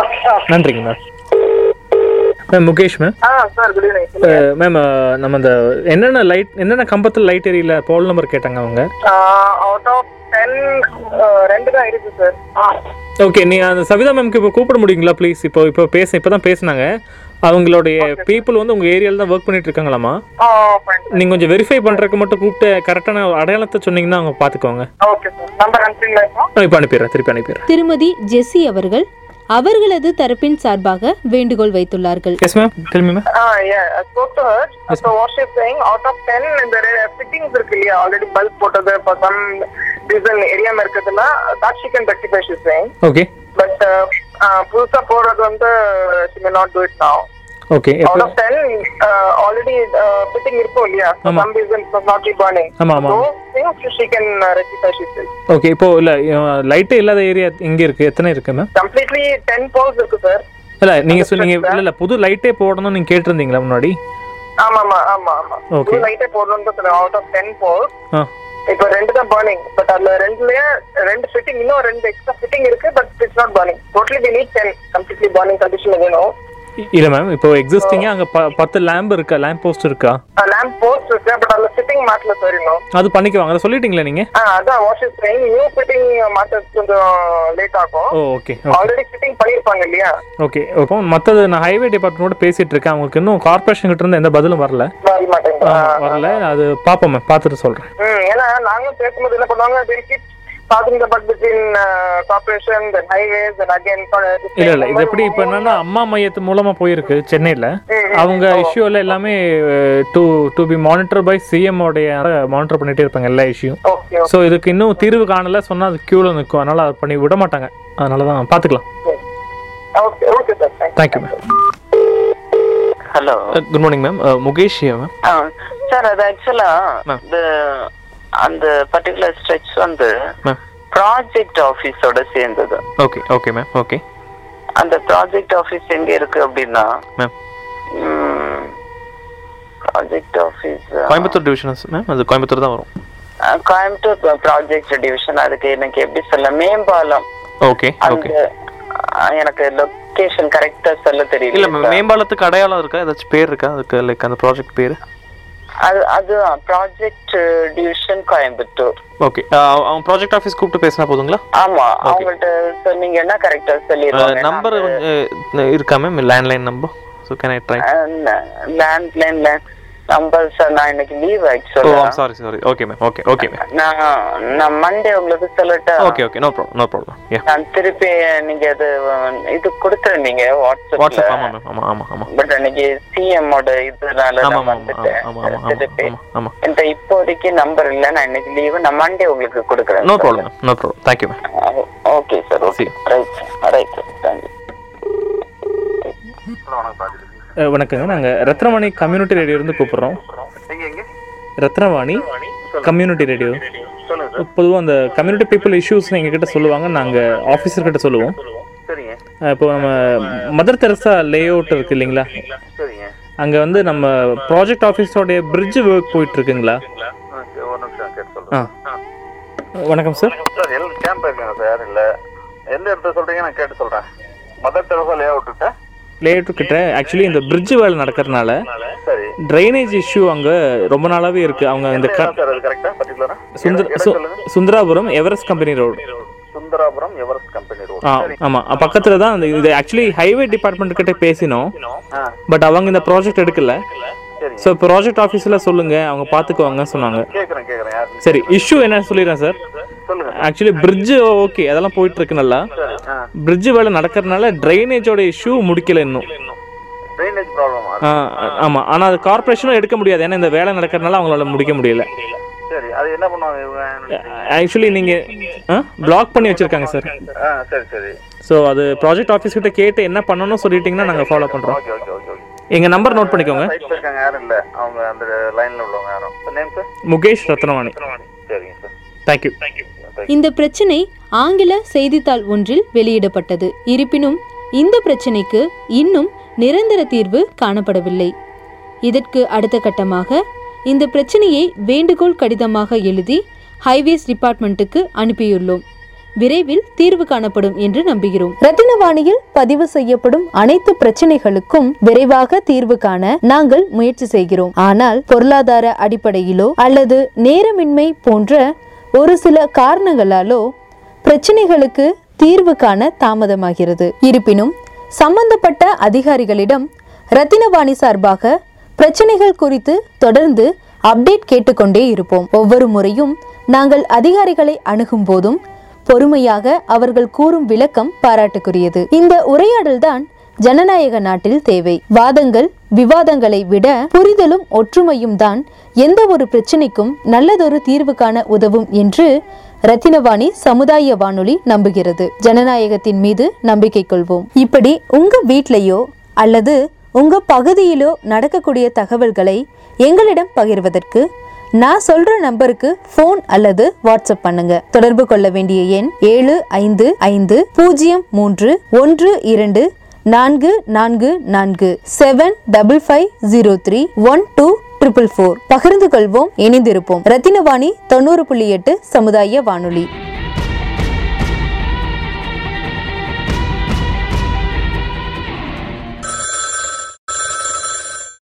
[SPEAKER 9] ஓகே ஓகே
[SPEAKER 1] நன்றிங்க மேம் மேம் முகேஷ் மேம்
[SPEAKER 8] ஆ சார் குட் ஈவினிங்
[SPEAKER 1] மேம் நம்ம அந்த என்னென்ன லைட் என்னென்ன கம்பத்தில் லைட் எரியல போல் நம்பர் கேட்டாங்க அவங்க
[SPEAKER 8] அவுட் ஆஃப் டென் ரெண்டு தான் இருக்கு சார்
[SPEAKER 1] ஓகே நீ அந்த சவிதா மேம்க்கு இப்போ கூப்பிட முடியுங்களா ப்ளீஸ் இப்போ இப்போ பேச இப்போ தான் பேசுனாங்க அவங்களுடைய பீப்புள் வந்து உங்கள் ஏரியாவில் தான் ஒர்க் பண்ணிட்டு இருக்காங்களாமா நீங்கள் கொஞ்சம் வெரிஃபை பண்ணுறதுக்கு மட்டும் கூப்பிட்டு கரெக்டான அடையாளத்தை சொன்னீங்கன்னா அவங்க பார்த்துக்குவாங்க
[SPEAKER 8] ஓகே சார் நம்பர் அனுப்பிங்களா இப்போ
[SPEAKER 1] இப்போ அனுப்பிடுறேன் திருப்பி அனுப்பிடுறேன்
[SPEAKER 2] திருமதி ஜெஸ்ஸி அவர்கள் அவர்களது தரப்பின் சார்பாக வேண்டுகோள் வைத்துள்ளார்கள்
[SPEAKER 1] எஸ் மேம் திரும்பி ma'am
[SPEAKER 8] Ah, yeah, I spoke to her. So what she's saying, out of 10, இந்த re- fittings இருக்கு இல்லையா ஆல்ரெடி பல்ப் போட்டது for some reason எரியாம இருக்கிறதுனா that she can rectify she's saying.
[SPEAKER 1] Okay
[SPEAKER 8] But uh, uh, புதுசா போடுறது வந்து she may not do it now.
[SPEAKER 1] Okay
[SPEAKER 8] Out of 10, uh, already uh, fitting இருக்கும் இல்லையா for
[SPEAKER 1] ஆமா.
[SPEAKER 8] some reason it was not be burning.
[SPEAKER 1] ஆமா, ஆமா.
[SPEAKER 8] Those things she can uh, rectify she says.
[SPEAKER 1] Okay இப்போ இல்லை லைட்டே இல்லாத ஏரியா எங்கே இருக்குது எத்தனை இருக்குது மேம்
[SPEAKER 8] Completely 10 poles இருக்கு சார்.
[SPEAKER 1] இல்லை நீங்கள் சொன்னீங்க இல்லை இல்லை புது லைட்டே போடணும்னு நீங்கள் கேட்டிருந்தீங்களா முன்னாடி
[SPEAKER 8] ஆமா ஆமா ஆமா ஆமா.
[SPEAKER 1] Okay.
[SPEAKER 8] இது லைட்டே போடணும்னு சொல்றேன். Out of 10 poles
[SPEAKER 1] ஆ
[SPEAKER 8] இப்போ ரெண்டு தான் பர்னிங் பட் அதுல ரெண்டுலயே ரெண்டு ஃபிட்டிங் இன்னும் ரெண்டு எக்ஸ்ட்ரா ஃபிட்டிங் இருக்கு but it's not burning totally the need ten completely burning கண்டிஷன்ல வேணும்
[SPEAKER 1] இல்லை மேம் இப்போ எக்ஸிஸ்டிங்காக அங்கே ப பத்து லேம்ப் இருக்கா லேம்ப் போஸ்ட் இருக்கா
[SPEAKER 8] லேம்ப் போஸ்ட் Uh, இருக்கு பட் அதுல ஃபிட்டிங் மாட்டல சார் இன்னும்
[SPEAKER 1] அது பண்ணிக்குவாங்க அதை சொல்லிட்டீங்களா நீங்கள்
[SPEAKER 8] ஆ, அதான் வாஷஸ் ட்ரெயின் நியூ ஃபிட்டிங் மாத்துறது கொஞ்சம் லேட் ஆகும்
[SPEAKER 1] ஓ ஓகே ஓகே
[SPEAKER 8] ஆல்ரெடி ஃபிட்டிங் பண்ணிருப்பாங்க இல்லையா
[SPEAKER 1] ஓகே இப்போ மற்றது நான் ஹைவே டிபார்ட்மெண்ட்டோட பேசிட்டு இருக்கேன் அவங்களுக்கு இன்னும் கார்பரேஷன் கிட்ட இருந்து எந்த பதிலும் வரல
[SPEAKER 8] மாறி மாட்டேங்குது
[SPEAKER 1] ஆ,
[SPEAKER 8] ஆ.
[SPEAKER 1] வரல அது பார்ப்போம் மேம் பார்த்துட்டு சொல்கிறேன்
[SPEAKER 8] ம், ஏன்னா நாங்களும் பேசும்போது என்ன பண்ணுவாங்க they'll keep talking about between, uh, corporation, then highways, then again, uh, this
[SPEAKER 1] இல்ல இல்ல இது
[SPEAKER 8] மாதிரி
[SPEAKER 1] எப்படி இப்ப என்னன்னா அம்மா மையத்து மூலமா போயிருக்கு சென்னையில அவங்க இஷ்யூல எல்லாமே to to be monitor by CM உடைய மானிட்டர் பண்ணிட்டே இருப்பாங்க எல்லா இஷ்யூ
[SPEAKER 8] Okay,
[SPEAKER 1] ஸோ இதுக்கு இன்னும் தீர்வு காணல சொன்னா அது கியூல நிற்கும் அதனால அது பண்ணி விட மாட்டாங்க அதனால தான் பார்த்துக்கலாம்
[SPEAKER 8] okay, okay, sir, thank
[SPEAKER 1] thank you
[SPEAKER 8] you.
[SPEAKER 1] Ma'am
[SPEAKER 8] hello
[SPEAKER 1] good morning ma'am Mukesh ma'am
[SPEAKER 8] sir அது ஆக்சுவலா
[SPEAKER 1] Ma'am.
[SPEAKER 8] இந்த அந்த பர்டிகுலர் ஸ்ட்ரெச் வந்து
[SPEAKER 1] மேம்
[SPEAKER 8] ப்ராஜெக்ட் ஆபீஸோட சேர்ந்தது
[SPEAKER 1] ஓகே ஓகே மேம் ஓகே
[SPEAKER 8] அந்த ப்ராஜெக்ட் ஆபீஸ் எங்க இருக்கு அப்படின்னா
[SPEAKER 1] ma'am
[SPEAKER 8] project office
[SPEAKER 1] Coimbatore division ma'am அது கோயம்புத்தூர் தான் வரும்
[SPEAKER 8] கோயம்புத்தூர் ப்ராஜெக்ட் டிவிஷன் அதுக்கு எனக்கு எப்படி சொல்ல மேம்பாலம்
[SPEAKER 1] ஓகே
[SPEAKER 8] அந்த அஹ், எனக்கு லொகேஷன் கரெக்டா சொல்ல
[SPEAKER 1] இல்ல
[SPEAKER 8] தெரியல
[SPEAKER 1] மேம் மேம்பாலத்துக்கு அடையாளம் இருக்கா ஏதாச்சும் பேர் இருக்கா அதுக்கு லைக் அந்த ப்ராஜெக்ட் பேர்
[SPEAKER 8] அது அதுதான் ப்ராஜெக்ட் டிவிஷன் கோயம்புத்தூர்
[SPEAKER 1] ஓகே அவன் ப்ராஜெக்ட் ஆஃபீஸ் கூப்பிட்டு பேசினா போதுங்களா
[SPEAKER 8] ஆமா அவங்கள்ட்ட சொன்னீங்கன்னா கரெக்டா சொல்லிடுவாங்க
[SPEAKER 1] நம்பர் இருக்கா ma'am landline number so can I try
[SPEAKER 8] landline number sir நான் இன்னைக்கு லீவ்
[SPEAKER 1] ஓ
[SPEAKER 8] actually
[SPEAKER 1] sorry sorry okay ma'am okay okay ma'am
[SPEAKER 8] நான் நான் மண்டே உங்களுக்கு சொல்லட்டா
[SPEAKER 1] okay okay no problem no problem ஏ
[SPEAKER 8] நான் திருப்பி நீங்க அது அஹ், இது கொடுத்துருந்தீங்க நீங்க
[SPEAKER 1] வாட்ஸ்அப்
[SPEAKER 8] வாட்ஸ்அப்ல
[SPEAKER 1] ஆமாம் மேம் ஆமாம் ஆமாம் ஆமாம்
[SPEAKER 8] பட் அன்னைக்கு சிஎம்மோட இதனால
[SPEAKER 1] ஆமா,
[SPEAKER 8] நான்
[SPEAKER 1] ஆமா,
[SPEAKER 8] வந்துட்டேன்
[SPEAKER 1] ஆமா, ஆமா, ஆமா,
[SPEAKER 8] திருப்பி
[SPEAKER 1] ஆமா, ஆமா.
[SPEAKER 8] இந்த இப்போதைக்கு நம்பர் இல்ல நான் இன்னைக்கு லீவு நான் மண்டே உங்களுக்கு கொடுக்குறேன்
[SPEAKER 1] no problem ma'am no problem thank you ma'am
[SPEAKER 8] okay sir okay
[SPEAKER 1] See you.
[SPEAKER 8] Right right sir thank you
[SPEAKER 1] வணக்கங்க நாங்கள் ரத்னவாணி கம்யூனிட்டி ரேடியோலேருந்து கூப்பிட்றோம்
[SPEAKER 3] நீங்க எங்க
[SPEAKER 1] ரத்னவாணி கம்யூனிட்டி ரேடியோ
[SPEAKER 3] சொல்லுங்க சார்
[SPEAKER 1] பொதுவாக அந்த கம்யூனிட்டி பீப்புள் இஷ்யூஸ் எங்ககிட்ட சொல்லுவாங்க நாங்கள் ஆஃபீஸர்கிட்ட சொல்லுவோம்
[SPEAKER 3] சரிங்க
[SPEAKER 1] இப்போ நம்ம மதர் தெரசா லே அவுட் இருக்கு இல்லைங்களா
[SPEAKER 3] சரிங்க
[SPEAKER 1] அங்கே வந்து நம்ம ப்ராஜெக்ட் ஆஃபீஸோடைய பிரிட்ஜ் ஒர்க் போயிட்டு இருக்குங்களா
[SPEAKER 3] ஆ, சரி, ஒரு நிமிஷம் கேட்டு
[SPEAKER 1] ஆ
[SPEAKER 3] சொல்றேன்
[SPEAKER 1] வணக்கம் சார்
[SPEAKER 3] சார் எல்லாம் கேம்ப் இருக்காங்க சார் இல்ல எந்த இடத்துல சொல்றீங்க நான் கேட்டு சொல்றேன் mother Teresa layout sir
[SPEAKER 1] layout கிட்ட ஆக்சுவலி இந்த பிரிட்ஜ் வேலை நடக்கிறதுனால
[SPEAKER 3] சரி
[SPEAKER 1] ட்ரைனேஜ் இஷ்யூ அங்கே ரொம்ப நாளாகவே இருக்குது அவங்க இந்த க
[SPEAKER 3] சார் அது கரெக்டா பர்டிகுலரா
[SPEAKER 1] சுந்தர சு- Sundarapuram Everest company road
[SPEAKER 3] Sundarapuram Everest company road
[SPEAKER 1] ஆ ஆமாம் பக்கத்தில் தான் அந்த இது ஆக்சுவலி ஹைவே டிபார்ட்மெண்ட் கிட்ட பேசினோம்
[SPEAKER 3] ஆ
[SPEAKER 1] பட் அவங்க இந்த ப்ராஜெக்ட் எடுக்கல
[SPEAKER 3] சரிங்க.
[SPEAKER 1] ஸோ ப்ராஜெக்ட் ஆஃபீஸில் சொல்லுங்கள் அவங்க பார்த்துக்குவாங்க சொன்னாங்க
[SPEAKER 3] கேக்குறேன் கேக்குறேன் யாரு
[SPEAKER 1] சரி இஷ்யூ என்ன சொல்லிடுறேன் சார்
[SPEAKER 3] சொல்லுங்க
[SPEAKER 1] ஆக்சுவலி bridge ஓகே அதெல்லாம் போயிட்டு இருக்கு நல்லா
[SPEAKER 3] ஆ.
[SPEAKER 1] bridge வேலை நடக்கறதுனால ட்ரைனேஜோட இஷ்யூ முடிக்கல இன்னும்
[SPEAKER 3] ட்ரைனேஜ் ப்ராப்ளமா
[SPEAKER 1] ஆ, ஆமாம் ஆனால் அது கார்பரேஷனும் எடுக்க முடியாது ஏன்னா இந்த வேலை நடக்கறதுனால அவங்களால முடிக்க முடியல
[SPEAKER 3] சரி அது என்ன பண்ணுவாங்க இவங்க
[SPEAKER 1] ஆக்சுவலி நீங்கள் பிளாக் பண்ணி வச்சுருக்காங்க சார்
[SPEAKER 3] ஆ சரி சரி
[SPEAKER 1] ஸோ அது ப்ராஜெக்ட் ஆஃபீஸ் கிட்ட கேட்டு என்ன பண்ணணும் சொல்லிட்டீங்கன்னா நாங்கள் ஃபாலோ பண்ணுறோம்
[SPEAKER 3] ஓகே ஓகே ஓகே ஓகே
[SPEAKER 1] எங்கள் நம்பர் நோட் பண்ணிக்கோங்க
[SPEAKER 3] சைட்ல இருக்காங்க யாரும் இல்ல அவங்க அந்த லைன்ல உள்ளவங்க யாரும் நேம் சார்
[SPEAKER 1] முகேஷ் ரத்னவாணி
[SPEAKER 3] சரிங்க சார்
[SPEAKER 1] தேங்க்யூ
[SPEAKER 3] தேங்க்யூ
[SPEAKER 2] இந்த பிரச்சனை ஆங்கில செய்தித்தாள் ஒன்றில் வெளியிடப்பட்டது இருப்பினும் இந்த பிரச்சனைக்கு இன்னும் நிரந்தர தீர்வு காணப்படவில்லை இதற்கு அடுத்த கட்டமாக இந்த பிரச்சனையை வேண்டுகோள் கடிதமாக எழுதி ஹைவேஸ் டிபார்ட்மெண்ட்டுக்கு அனுப்பியுள்ளோம் விரைவில் தீர்வு காணப்படும் என்று நம்புகிறோம் ரத்தினவாணியில் பதிவு செய்யப்படும் அனைத்து பிரச்சனைகளுக்கும் விரைவாக தீர்வு காண நாங்கள் முயற்சி செய்கிறோம் ஆனால் பொருளாதார அடிப்படையிலோ அல்லது நேரமின்மை போன்ற ஒரு சில காரணங்களாலோ பிரச்சனைகளுக்கு தீர்வு காண தாமதமாகிறது இருப்பினும் சம்பந்தப்பட்ட அதிகாரிகளிடம் ரத்தினவாணி சார்பாக பிரச்சனைகள் குறித்து தொடர்ந்து அப்டேட் கேட்டுக்கொண்டே இருப்போம் ஒவ்வொரு முறையும் நாங்கள் அதிகாரிகளை அணுகும் போதும் பொறுமையாக அவர்கள் கூறும் விளக்கம் பாராட்டுக்குரியது இந்த உரையாடல்தான் ஜனநாயக நாட்டில் தேவை வாதங்கள் விவாதங்களை விட புரிதலும் ஒற்றுமையும் தான் எந்த ஒரு பிரச்சனைக்கும் நல்லதொரு தீர்வு காண உதவும் என்று ரத்தினவாணி சமுதாய வானொலி நம்புகிறது ஜனநாயகத்தின் மீது நம்பிக்கை கொள்வோம் இப்படி உங்க வீட்லயோ அல்லது உங்க பகுதியிலோ நடக்கக்கூடிய தகவல்களை எங்களிடம் பகிர்வதற்கு நான் சொல்ற நம்பருக்கு ஃபோன் அல்லது வாட்ஸ்அப் பண்ணுங்க தொடர்பு கொள்ள வேண்டிய எண் ஏழு ஐந்து ஐந்து பூஜ்ஜியம் மூன்று ஒன்று இரண்டு நான்கு நான்கு நான்கு seven double five zero three one two triple four பகிர்ந்து கொள்வோம் இணைந்திருப்போம் ரத்தினவாணி தொண்ணூறு புள்ளி எட்டு சமுதாய வானொலி